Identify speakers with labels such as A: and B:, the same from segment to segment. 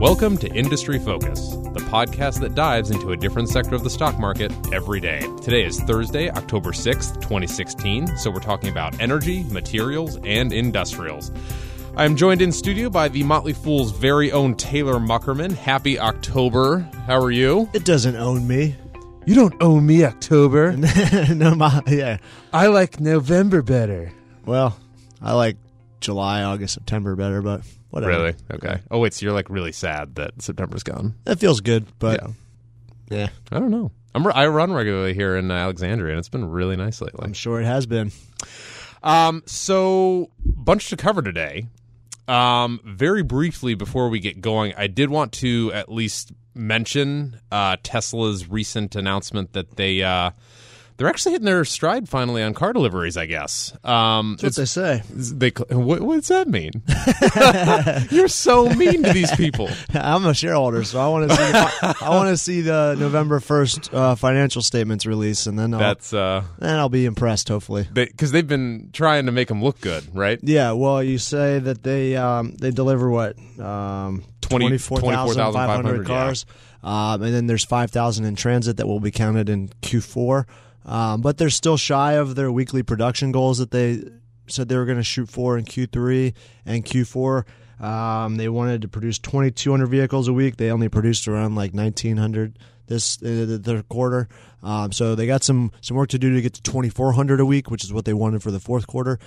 A: Welcome to Industry Focus, the podcast that dives into a different sector of the stock market every day. Today is Thursday, October 6th, 2016, so we're talking about energy, materials, and industrials. I'm joined in studio by the Motley Fool's very own Taylor Muckerman. Happy October. How are you?
B: It doesn't own me.
C: You don't own me, October.
B: no, my, yeah.
C: I like November better.
B: Well, I like July, August, September better, but whatever.
A: Really? Okay. Oh, wait, so you're like really sad that September's gone?
B: That feels good, but yeah.
A: I don't know. I'm, I run regularly here in Alexandria, and it's been really nice lately.
B: I'm sure it has been.
A: Um, so bunch to cover today. Um, very briefly before we get going, I did want to at least mention uh, Tesla's recent announcement that they uh, they're actually hitting their stride finally on car deliveries. I guess. Um,
B: That's what they say.
A: it's- they cl- what, what does that mean? You're so mean to these people.
B: I'm a shareholder, so I want to see. I, want to see the November first uh, financial statements release, and then I'll,
A: That's uh,
B: then I'll be impressed. Hopefully.
A: because they've been trying to make them look good, right?
B: Yeah. Well, you say that they um, they deliver what um,
A: 20
B: 24,500
A: yeah.
B: cars, um, and then there's five thousand in transit that will be counted in Q4. Um, but they're still shy of their weekly production goals that they said they were going to shoot for in Q3 and Q4. Um, they wanted to produce 2,200 vehicles a week. They only produced around like 1,900 this uh, the third quarter. Um, so they got some some work to do to get to 2,400 a week, which is what they wanted for the fourth quarter.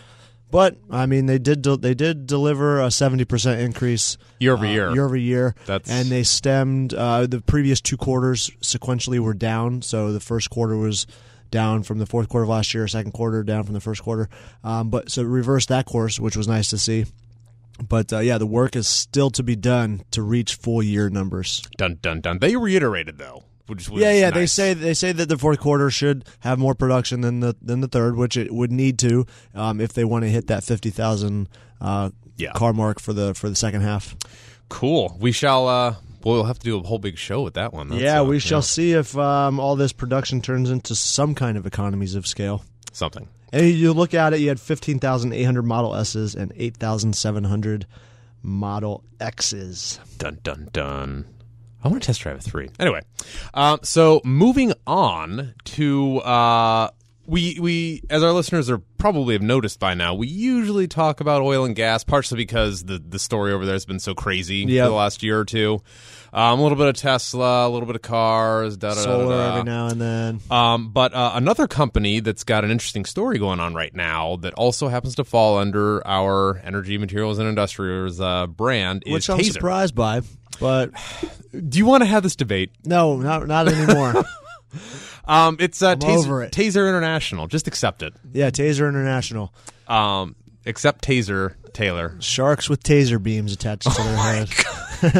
B: But I mean, they did del they did deliver a 70% increase
A: Year over
B: uh,
A: year.
B: year over year.
A: That's-
B: and they stemmed uh, the previous two quarters sequentially were down. So the first quarter was down from the fourth quarter of last year, second quarter down from the first quarter. Um, but so it reversed that course, which was nice to see. But uh, yeah, the work is still to be done to reach full year numbers.
A: Dun dun dun. They reiterated though, which was
B: yeah, yeah. They
A: nice.
B: say they say that the fourth quarter should have more production than the than the third, which it would need to um, if they want to hit that fifty thousand uh,
A: Yeah.
B: car mark for the for the second half.
A: Cool. We shall. uh Boy, we'll have to do a whole big show with that one. That's,
B: yeah,
A: uh,
B: we shall see if um, all this production turns into some kind of economies of scale.
A: Something.
B: And you look at it, you had 15,800 Model S's and 8,700 Model X's.
A: Dun dun dun. I want to test drive a three. Anyway, um, so moving on to uh, we we as our listeners are probably have noticed by now, we usually talk about oil and gas, partially because the the story over there has been so crazy
B: Yeah.
A: for the last year or two. Um, a little bit of Tesla, a little bit of cars, da da da,
B: Solar
A: da.
B: every now and then.
A: Um, but uh, another company that's got an interesting story going on right now that also happens to fall under our energy materials and industrials uh, brand is
B: Which I'm
A: Taser.
B: surprised by, but
A: Do you want to have this debate?
B: no, not, not anymore.
A: Um, it's uh, Taser,
B: over it.
A: Taser International. Just accept it.
B: yeah, Taser International.
A: Um, accept Taser Taylor.
B: Sharks with taser beams attached
A: Oh
B: to their head.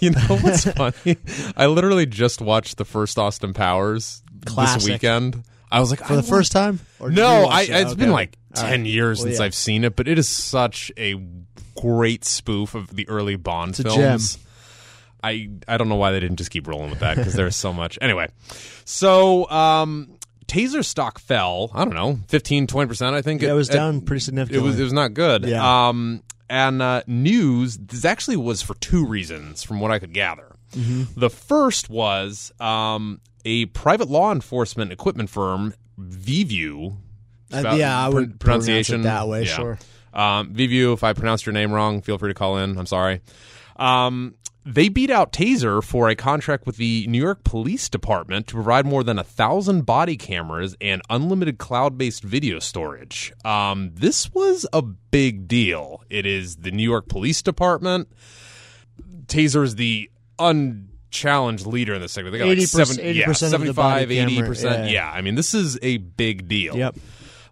A: you know what's funny? I literally just watched the first Austin Powers this
B: Classic.
A: weekend. I was like,
B: For the first time? Or did you
A: No,
B: watch
A: I,
B: it?
A: it's been
B: Okay.
A: like
B: All right.
A: ten years
B: Well,
A: since
B: yeah.
A: I've seen it, but it is such a great spoof of the early Bond
B: a
A: films. I I don't know why they didn't just keep rolling with that because there's so much. Anyway, so um, Taser stock fell. I don't know, 15, 20 percent. I think
B: Yeah, it was
A: at-
B: down pretty
A: it
B: significantly.
A: was it was not good.
B: Yeah.
A: Um, and uh, news this actually was for two reasons, from what I could gather.
B: Mm-hmm.
A: The first was um, a private law enforcement equipment firm, VVU.
B: Uh,
A: spell-
B: yeah, I
A: pr-
B: would pronounce it
A: pronunciation
B: that way,
A: yeah.
B: sure.
A: Um, VVU. If I pronounced your name wrong, feel free to call in. I'm sorry. Um, they beat out Taser for a contract with the New York Police Department to provide more than a thousand body cameras and unlimited cloud-based video storage. Um, this was a big deal. It is the New York Police Department. Taser is the unchallenged leader in this sector. They got
B: 80%,
A: like 70, yeah,
B: 80% of the body
A: 75,
B: camera,
A: 80%. Yeah.
B: yeah.
A: I mean, this is a big deal.
B: Yep.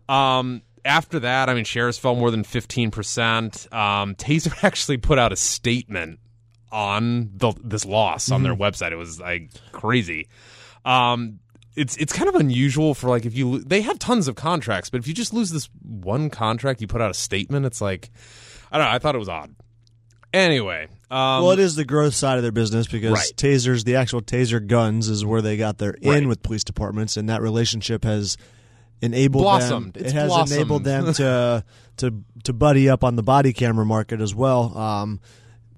A: Um, after that, I mean, shares fell more than 15%. Um, Taser actually put out a statement on the, this loss on
B: Mm-hmm.
A: their website. It was like crazy. Um, it's it's kind of unusual for like if you lo- they have tons of contracts, but if you just lose this one contract, you put out a statement. It's like I don't know. I thought it was odd. Anyway, um,
B: well, it is the growth side of their business because
A: Right.
B: tasers, the actual taser guns, is where they got their in
A: Right.
B: with police departments, and that relationship has enabled
A: Blossomed.
B: them.
A: It's
B: it has
A: blossomed.
B: enabled them to to to buddy up on the body camera market as well. Um,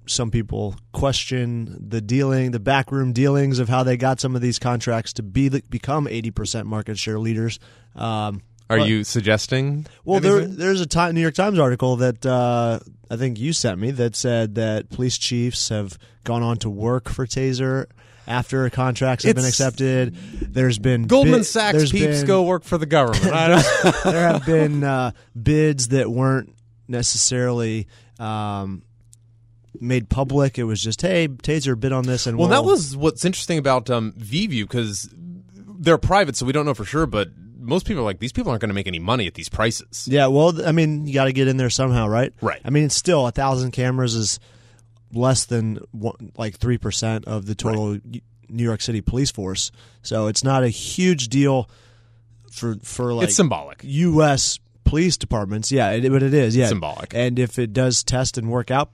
B: some people question the dealing, the backroom dealings of how they got some of these contracts to be the, become 80% market share leaders. Um,
A: Are
B: but-
A: you suggesting?
B: Well, there,
A: anything?
B: there's a Ti- New York Times article that uh, I think you sent me that said that police chiefs have gone on to work for Taser after contracts have been
A: It's-
B: accepted. There's been
A: Goldman
B: bid-
A: Sachs
B: there's
A: peeps
B: been-
A: go work for the government. I don't-
B: there have been uh, bids that weren't necessarily um, made public. It was just, hey, Taser bid on this, and
A: well,
B: we'll-
A: that was what's interesting about um, VView because they're private, so we don't know for sure. But most people are like, these people aren't going to make any money at these prices.
B: yeah. Well, th- I mean, you got to get in there somehow, right?
A: Right.
B: I mean, it's still a thousand cameras is less than one, like three percent of the total y New York City police force, so it's not a huge deal for for like
A: it's symbolic.
B: U.S. police departments. Yeah, it, but it is. Yeah,
A: Symbolic.
B: And if it does test and work out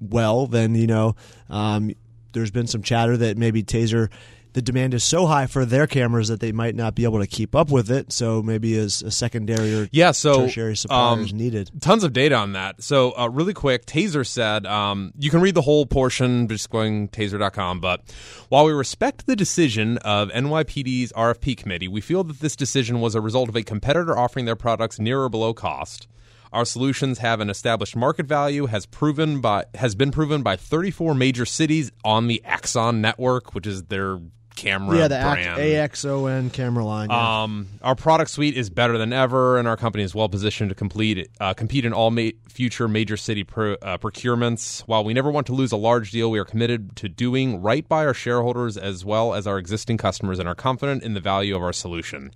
B: well, then you know, um, there's been some chatter that maybe Taser. The demand is so high for their cameras that they might not be able to keep up with it. So maybe as a secondary or
A: Yeah, so
B: tertiary supplier
A: um,
B: is needed.
A: tons of data on that. So, uh, really quick, Taser said um, you can read the whole portion by just going taser.com. But while we respect the decision of NYPD's RFP committee, we feel that this decision was a result of a competitor offering their products near or below cost. Our solutions have an established market value, has proven by has been proven by 34 major cities on the Axon network, which is their camera
B: Yeah, the
A: brand.
B: AXON camera line.
A: Um, our product suite is better than ever, and our company is well positioned to complete uh, compete in all ma- future major city pro- uh, procurements. While we never want to lose a large deal, we are committed to doing right by our shareholders as well as our existing customers, and are confident in the value of our solution.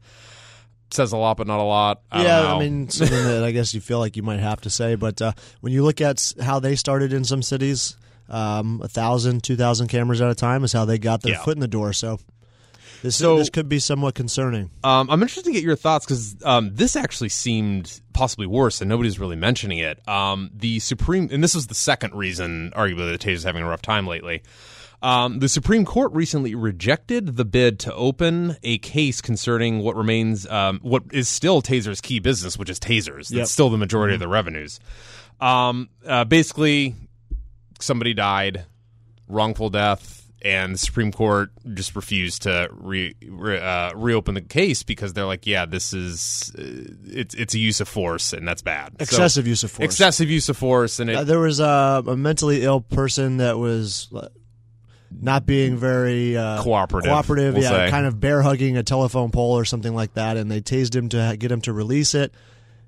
A: Says a lot, but not a lot. I don't
B: yeah,
A: know.
B: I mean, something that I guess you feel like you might have to say, but uh, when you look at s- how they started in some cities, um, a thousand, two thousand cameras at a time is how they got their
A: Yeah.
B: foot in the door. So this
A: So-
B: this could be somewhat concerning.
A: Um, I'm interested to get your thoughts because um, this actually seemed possibly worse, and nobody's really mentioning it. Um, the Supreme, and this was the second reason, arguably, that Taser's having a rough time lately. Um, the Supreme Court recently rejected the bid to open a case concerning what remains, um, what is still Taser's key business, which is Tasers. That's
B: Yep. Mm-hmm.
A: still the majority of the revenues. Um, uh, basically, somebody died, wrongful death, and the Supreme Court just refused to re, re, uh, reopen the case because they're like, yeah, this is uh, it's it's a use of force and that's bad. So-
B: Excessive use of force.
A: excessive use of force, and it,
B: Uh, there was uh, a mentally ill person that was uh, not being very uh,
A: Cooperative,
B: cooperative,
A: we'll
B: yeah,
A: say.
B: kind of bear hugging a telephone pole or something like that, and they tased him to ha- get him to release it,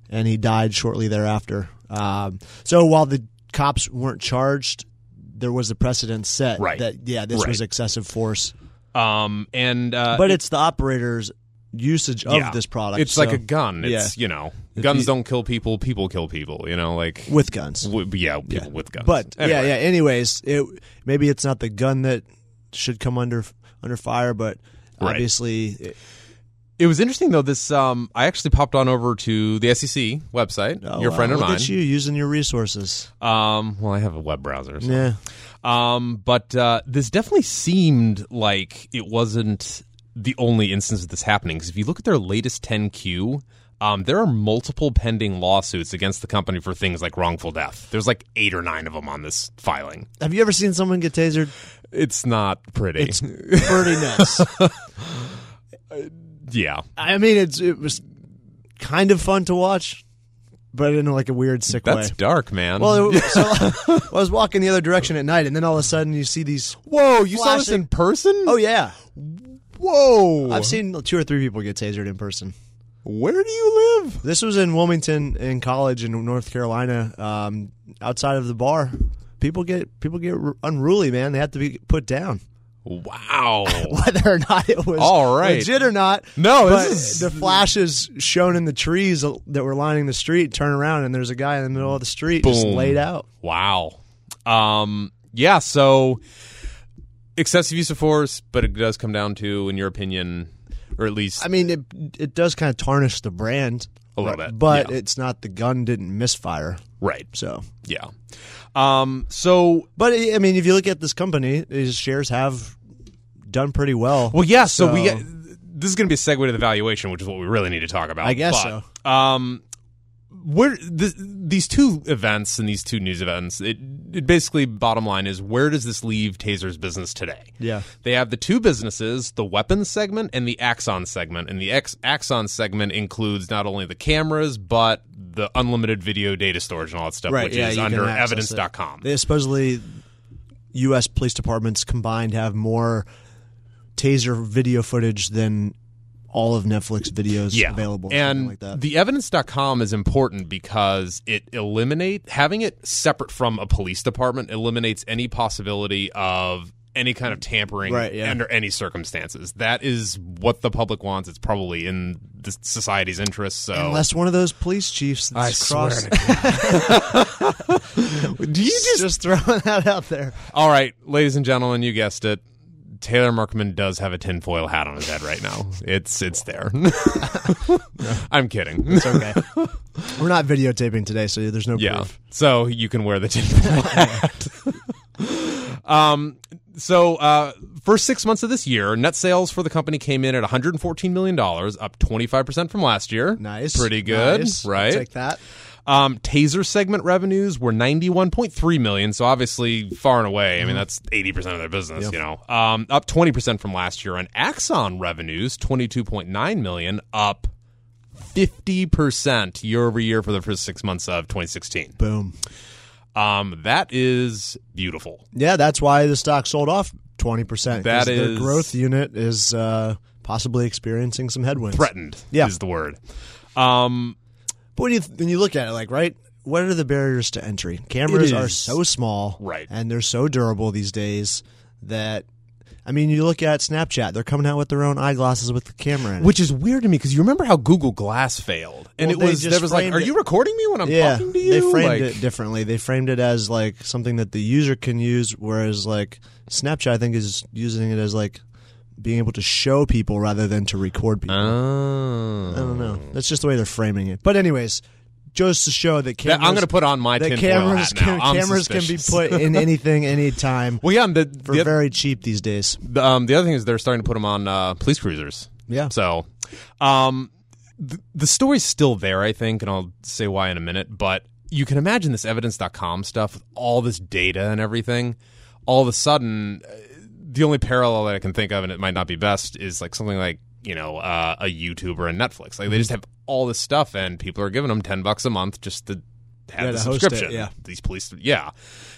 B: and he died shortly thereafter. Um, so while the cops weren't charged, there was a precedent set
A: Right.
B: that yeah, this
A: Right.
B: was excessive force,
A: um, and uh,
B: but it's the operator's usage of
A: yeah.
B: this product.
A: It's like
B: so-
A: a gun. It's you know, guns don't kill people. People kill people. You know, like
B: with guns.
A: w- yeah, people with guns.
B: But
A: Anyway.
B: yeah, yeah. Anyways, it maybe it's not the gun that should come under under fire, but
A: Right.
B: obviously, it-
A: It was interesting though. This um, I actually popped on over to the SEC website.
B: oh,
A: your
B: wow,
A: friend and
B: look
A: mine.
B: at you using your resources.
A: Um, well, I have a web browser. so-
B: Yeah,
A: Um, but uh, this definitely seemed like it wasn't the only instance of this happening. Because if you look at their latest 10Q, um, there are multiple pending lawsuits against the company for things like wrongful death. There's like eight or nine of them on this filing.
B: have you ever seen someone get tasered?
A: It's not pretty.
B: It's pretty nuts.
A: yeah.
B: I mean, it's it was kind of fun to watch, but in like a weird sick
A: That's
B: way.
A: dark, man.
B: Well, it, so, I was walking the other direction at night, and then all of a sudden you see these.
A: whoa, you saw this
B: flashing-
A: in person?
B: Oh yeah,
A: whoa.
B: I've seen two or three people get tasered in person.
A: Where do you live?
B: This was in Wilmington in college in North Carolina, um, outside of the bar. People get people get unruly, man. They have to be put down,
A: Wow.
B: whether or not it was
A: All right.
B: legit or not.
A: No,
B: but
A: this is-
B: the flashes shown in the trees that were lining the street. Turn around, and there's a guy in the middle of the street just
A: Boom.
B: laid out.
A: Wow. Um, yeah, so excessive use of force, but it does come down to, in your opinion, or at least
B: I mean, it it does kind of tarnish the brand
A: A little bit,
B: but
A: yeah.
B: it's not the gun didn't misfire.
A: right.
B: So
A: Yeah. Um, so
B: But I I mean, if you look at this company, his shares have done pretty well.
A: well, yeah. So, we
B: So-
A: get this is going to be a segue to the valuation, which is what we really need to talk about.
B: I guess
A: But, Um, where th- these two events and these two news events, it it basically, bottom line is where does this leave Taser's business today?
B: Yeah.
A: They have the two businesses, the weapons segment and the Axon segment. And the X- Axon segment includes not only the cameras, but the unlimited video data storage and all that stuff,
B: Right,
A: which
B: yeah,
A: is
B: you can
A: under
B: access it.
A: evidence.com.
B: They supposedly U.S. police departments combined have more taser video footage than all of Netflix videos available,
A: And
B: something like that.
A: the evidence.com is important because it eliminate having it separate from a police department eliminates any possibility of any kind of tampering
B: Right, yeah.
A: under any circumstances. That is what the public wants. It's probably in the society's interest. So
B: Unless one of those police chiefs
C: I
B: that's
C: swear
B: crossed,
C: to God.
A: do you just
B: just throwing that out there.
A: All right, ladies and gentlemen, you guessed it. Taylor Markman does have a tinfoil hat on his head right now. It's it's there. I'm kidding.
B: It's okay. We're not videotaping today, so there's no
A: Yeah.
B: proof.
A: So you can wear the tinfoil hat. um, so uh, first six months of this year, net sales for the company came in at $114 million, up 25% from last year.
B: Nice,
A: Pretty good,
B: Nice. I'll
A: right?
B: take that.
A: Um, taser segment revenues were 91.3 million, so obviously far and away. I
B: Mm-hmm.
A: mean, that's 80% of their business, you know. Um, up 20% from last year and Axon revenues 22.9 million, up 50% year over year for the first 6 months of 2016.
B: Boom.
A: Um, that is beautiful.
B: Yeah, that's why the stock sold off twenty percent.
A: That
B: their
A: is-
B: growth unit is uh, possibly experiencing some headwinds.
A: Threatened
B: Yeah.
A: is the word. Um,
B: But when you when you look at it, like right, what are the barriers to entry? Cameras
A: It
B: are
A: is-
B: so small,
A: Right.
B: and they're so durable these days that. I mean, you look at Snapchat; they're coming out with their own eyeglasses with the camera in it.
A: which is weird to me because you remember how Google Glass failed, and
B: Well,
A: it
B: they
A: was
B: just
A: there was like,
B: framed
A: "Are
B: it-
A: you recording me when I'm
B: yeah,
A: talking to you?"
B: they framed
A: Like-
B: it differently. They framed it as like something that the user can use, whereas like Snapchat, I think, is using it as like being able to show people rather than to record people.
A: Oh.
B: I don't know. That's just the way they're framing it. But anyways, just to show that
A: That-
B: cameras,
A: I'm going to put on my
B: that
A: tinfoil
B: cameras
A: hat now.
B: can
A: I'm
B: cameras can be
A: suspicious.
B: put in anything, anytime
A: Well, yeah, and the,
B: for
A: the,
B: very cheap these days.
A: the, um, the other thing is they're starting to put them on uh, police cruisers.
B: Yeah.
A: So, um, th- the story's still there, I think, and I'll say why in a minute. But you can imagine this evidence.com stuff, with all this data and everything. All of a sudden, uh, the only parallel that I can think of, and it might not be best, is like something like you know uh, a YouTuber and Netflix.
B: Mm-hmm.
A: Like they just have all this stuff, and people are giving them ten bucks a month just to have
B: Yeah,
A: the
B: to host it,
A: subscription.
B: yeah.
A: These police, yeah.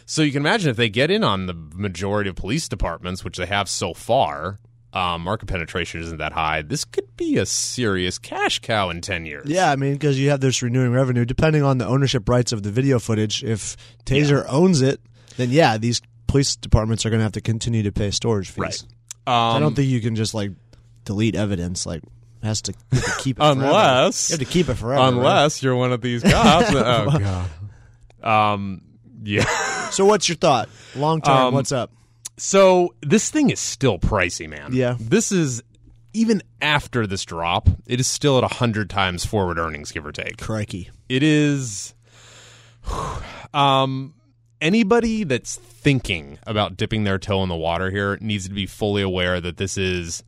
A: So you can imagine if they get in on the majority of police departments, which they have so far, um, market penetration isn't that high. This could be a serious cash cow in ten years.
B: Yeah, I mean, because you have this renewing revenue depending on the ownership rights of the video footage. If Taser owns it, then yeah, these police departments are going to have to continue to pay storage fees.
A: Right.
B: I
A: Um,
B: don't think you can just like delete evidence. Like, has to, you have to keep it forever.
A: Unless-
B: you have to keep it forever. right?
A: unless you're one of these cops. oh god. Um. Yeah.
B: So, what's your thought? Long term,
A: Um,
B: what's up?
A: So this thing is still pricey, man.
B: Yeah.
A: This is even after this drop, it is still at hundred times forward earnings, give or take.
B: Crikey.
A: It is. Um, anybody that's thinking about dipping their toe in the water here needs to be fully aware that this is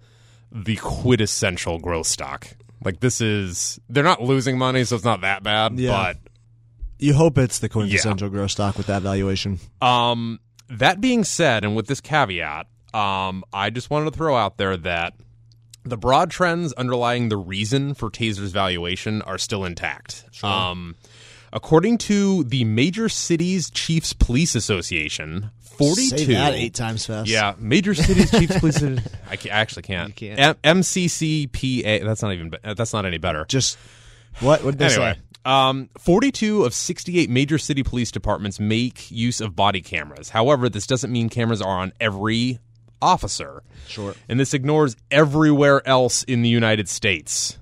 A: the quintessential growth stock. Like this is, they're not losing money, so it's not that bad.
B: Yeah.
A: But
B: You hope it's the quintessential growth stock with that valuation.
A: Um, that being said, and with this caveat, um, I just wanted to throw out there that the broad trends underlying the reason for Taser's valuation are still intact. Um, according to the Major Cities Chiefs Police Association, 42.
B: Say that eight times fast.
A: Yeah, Major Cities Chiefs Police. I, ca- I actually can't.
B: can't.
A: M- MCCPA. That's not even. be- That's not any better.
B: Just what? What they
A: Anyway,
B: say?
A: um, 42 of 68 major city police departments make use of body cameras. However, this doesn't mean cameras are on every officer.
B: Sure.
A: And this ignores everywhere else in the United States.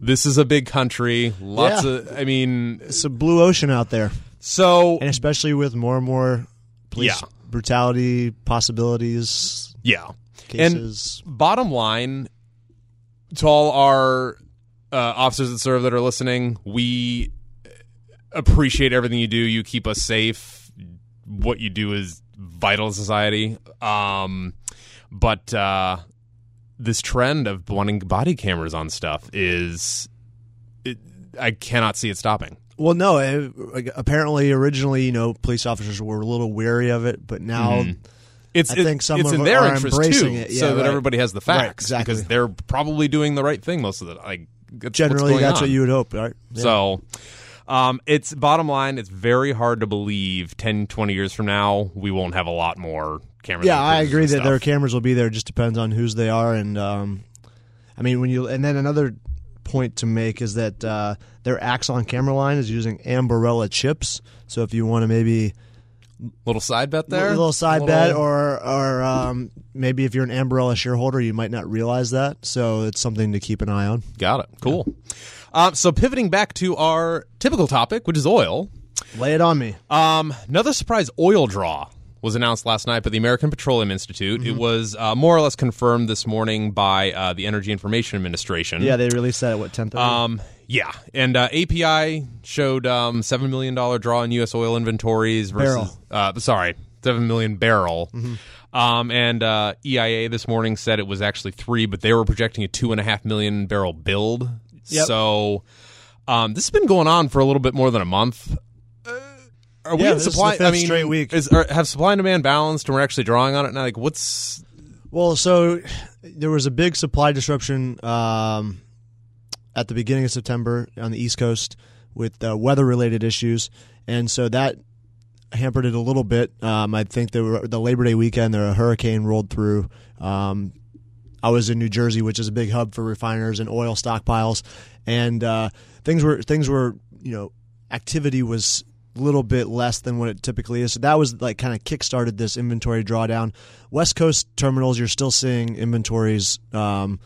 A: This is a big country. Lots
B: Mm-hmm. Yeah.
A: of, I mean,
B: It's a blue ocean out there,
A: so
B: and especially with more and more police
A: Yeah.
B: brutality possibilities
A: yeah. And
B: cases.
A: bottom line to all our uh, officers that serve that are listening, we appreciate everything you do. You keep us safe. What you do is vital to society. Um, but uh, this trend of wanting body cameras on stuff is, it, I cannot see it stopping.
B: Well, no. eh, like, apparently, originally, you know, police officers were a little weary of it, but now
A: It's,
B: I
A: it-
B: think some
A: it's
B: of
A: in
B: it
A: their
B: are
A: interest too,
B: embracing it. Yeah,
A: so that
B: right.
A: everybody has the facts
B: Right, exactly.
A: because they're probably doing the right thing most of the like. that's what's
B: generally
A: going
B: that's what
A: on.
B: you would hope, right? Yeah.
A: So, um, it's bottom line. It's very hard to believe 10, 20 years from now we won't have a lot more cameras.
B: Yeah,
A: and
B: I
A: cruisers
B: agree
A: and
B: that their
A: stuff.
B: cameras will be there. It just depends on whose they are, and um, I mean when you and then another point to make is that uh, their Axon camera line is using Ambarella chips. So if you want to maybe
A: little side bet there,
B: a little side
A: Little-
B: bet, or or um, maybe if you're an Ambarella shareholder, you might not realize that. So it's something to keep an eye on.
A: Got it. Cool. Uh, so pivoting back to our typical topic, which is oil.
B: Lay it on me.
A: Um, another surprise oil draw was announced last night by the American Petroleum Institute.
B: Mm-hmm.
A: It was uh, more or less confirmed this morning by uh, the Energy Information Administration.
B: Yeah, they released that at what ten thirty.
A: Um, yeah, and uh, API showed um, seven million dollar draw in U.S. oil inventories versus Uh, sorry, seven million barrel.
B: Mm-hmm.
A: Um, and uh, EIA this morning said it was actually three, but they were projecting a two and a half million barrel build.
B: Yep.
A: So um, this has been going on for a little bit more than a month. Uh, Are we
B: Yeah,
A: in
B: this is
A: supply?
B: the fifth
A: I mean,
B: straight week.
A: Is, are, have supply and demand balanced, and we're actually drawing on it now? Like, what's
B: Well, so there was a big supply disruption um, at the beginning of September on the East Coast with uh, weather-related issues, and so that hampered it a little bit. Um, I think there were the Labor Day weekend, there a hurricane rolled through. Um, I was in New Jersey, which is a big hub for refiners and oil stockpiles, and uh, things were things were you know activity was a little bit less than what it typically is. So that was like kind of kickstarted this inventory drawdown. West Coast terminals, you're still seeing inventories um,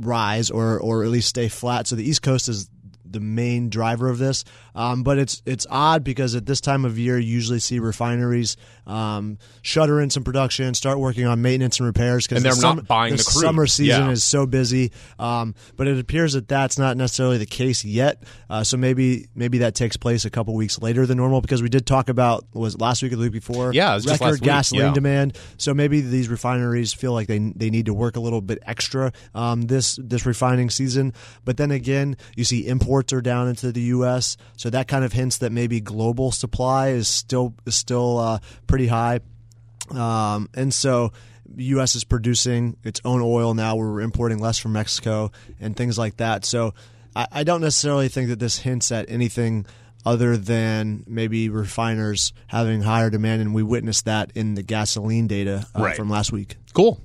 B: rise or or at least stay flat. So the East Coast is the main driver of this, um, but it's it's odd because at this time of year, you usually see refineries um, shutter in some production, start working on maintenance and repairs because
A: And they're
B: the
A: not
B: summer-
A: buying the crude.
B: summer season
A: Yeah.
B: is so busy. Um, but it appears that that's not necessarily the case yet. Uh, so maybe maybe that takes place a couple weeks later than normal because we did talk about was it last week or the week before.
A: Yeah, it was just
B: record
A: last week,
B: gasoline
A: yeah.
B: demand. So maybe these refineries feel like they they need to work a little bit extra um, this this refining season. But then again, you see imports are down into the U.S. So that kind of hints that maybe global supply is still is still uh, pretty high. Um, and so U.S. is producing its own oil now. We're importing less from Mexico and things like that. So I, I don't necessarily think that this hints at anything other than maybe refiners having higher demand, and we witnessed that in the gasoline data uh,
A: Right.
B: from last week.
A: Cool.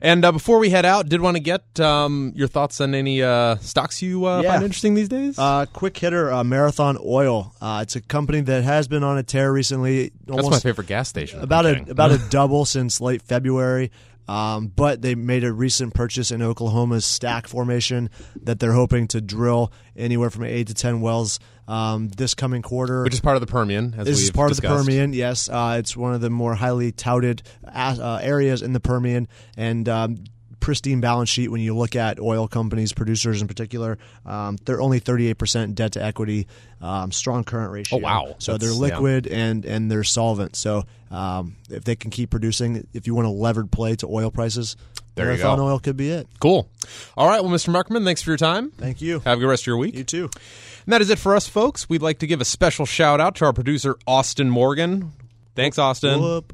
A: And uh, before we head out, did want to get um, your thoughts on any uh, stocks you uh,
B: Yeah.
A: find interesting these days?
B: Uh, quick hitter, uh, Marathon Oil. Uh, it's a company that has been on a tear recently.
A: That's
B: Almost
A: my favorite gas station.
B: about
A: I'm
B: a
A: kidding.
B: about a double since late February. Um, but they made a recent purchase in Oklahoma's Stack Formation that they're hoping to drill anywhere from eight to ten wells um, this coming quarter.
A: which is part of the Permian. As
B: this is
A: we've
B: part of the
A: discussed.
B: Permian. Yes, uh, it's one of the more highly touted as, uh, areas in the Permian, and. Um, Pristine balance sheet when you look at oil companies, producers in particular. Um, they're only 38% debt to equity, um, strong current ratio.
A: Oh, wow.
B: So
A: That's-
B: they're
A: yeah.
B: liquid and and they're solvent. So um, if they can keep producing, if you want a levered play to oil prices,
A: There you
B: marathon
A: go.
B: oil could be it.
A: Cool. All right. Well, Mr. Markman, thanks for your time.
B: Thank you.
A: Have a good rest of your week.
B: You too.
A: And that is it for us, folks. We'd like to give a special shout out to our producer, Austin Morgan. Thanks, Austin.
B: Whoop.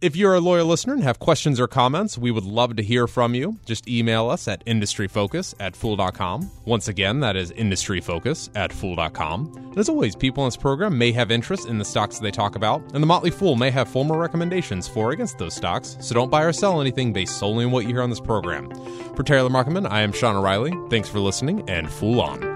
A: If you're a loyal listener and have questions or comments, we would love to hear from you. Just email us at industryfocus at fool.com. Once again, that is industryfocus at fool.com. And as always, people in this program may have interest in the stocks they talk about, and the Motley Fool may have formal recommendations for or against those stocks, so don't buy or sell anything based solely on what you hear on this program. For Taylor Markman, I am Sean O'Reilly. Thanks for listening, and Fool on.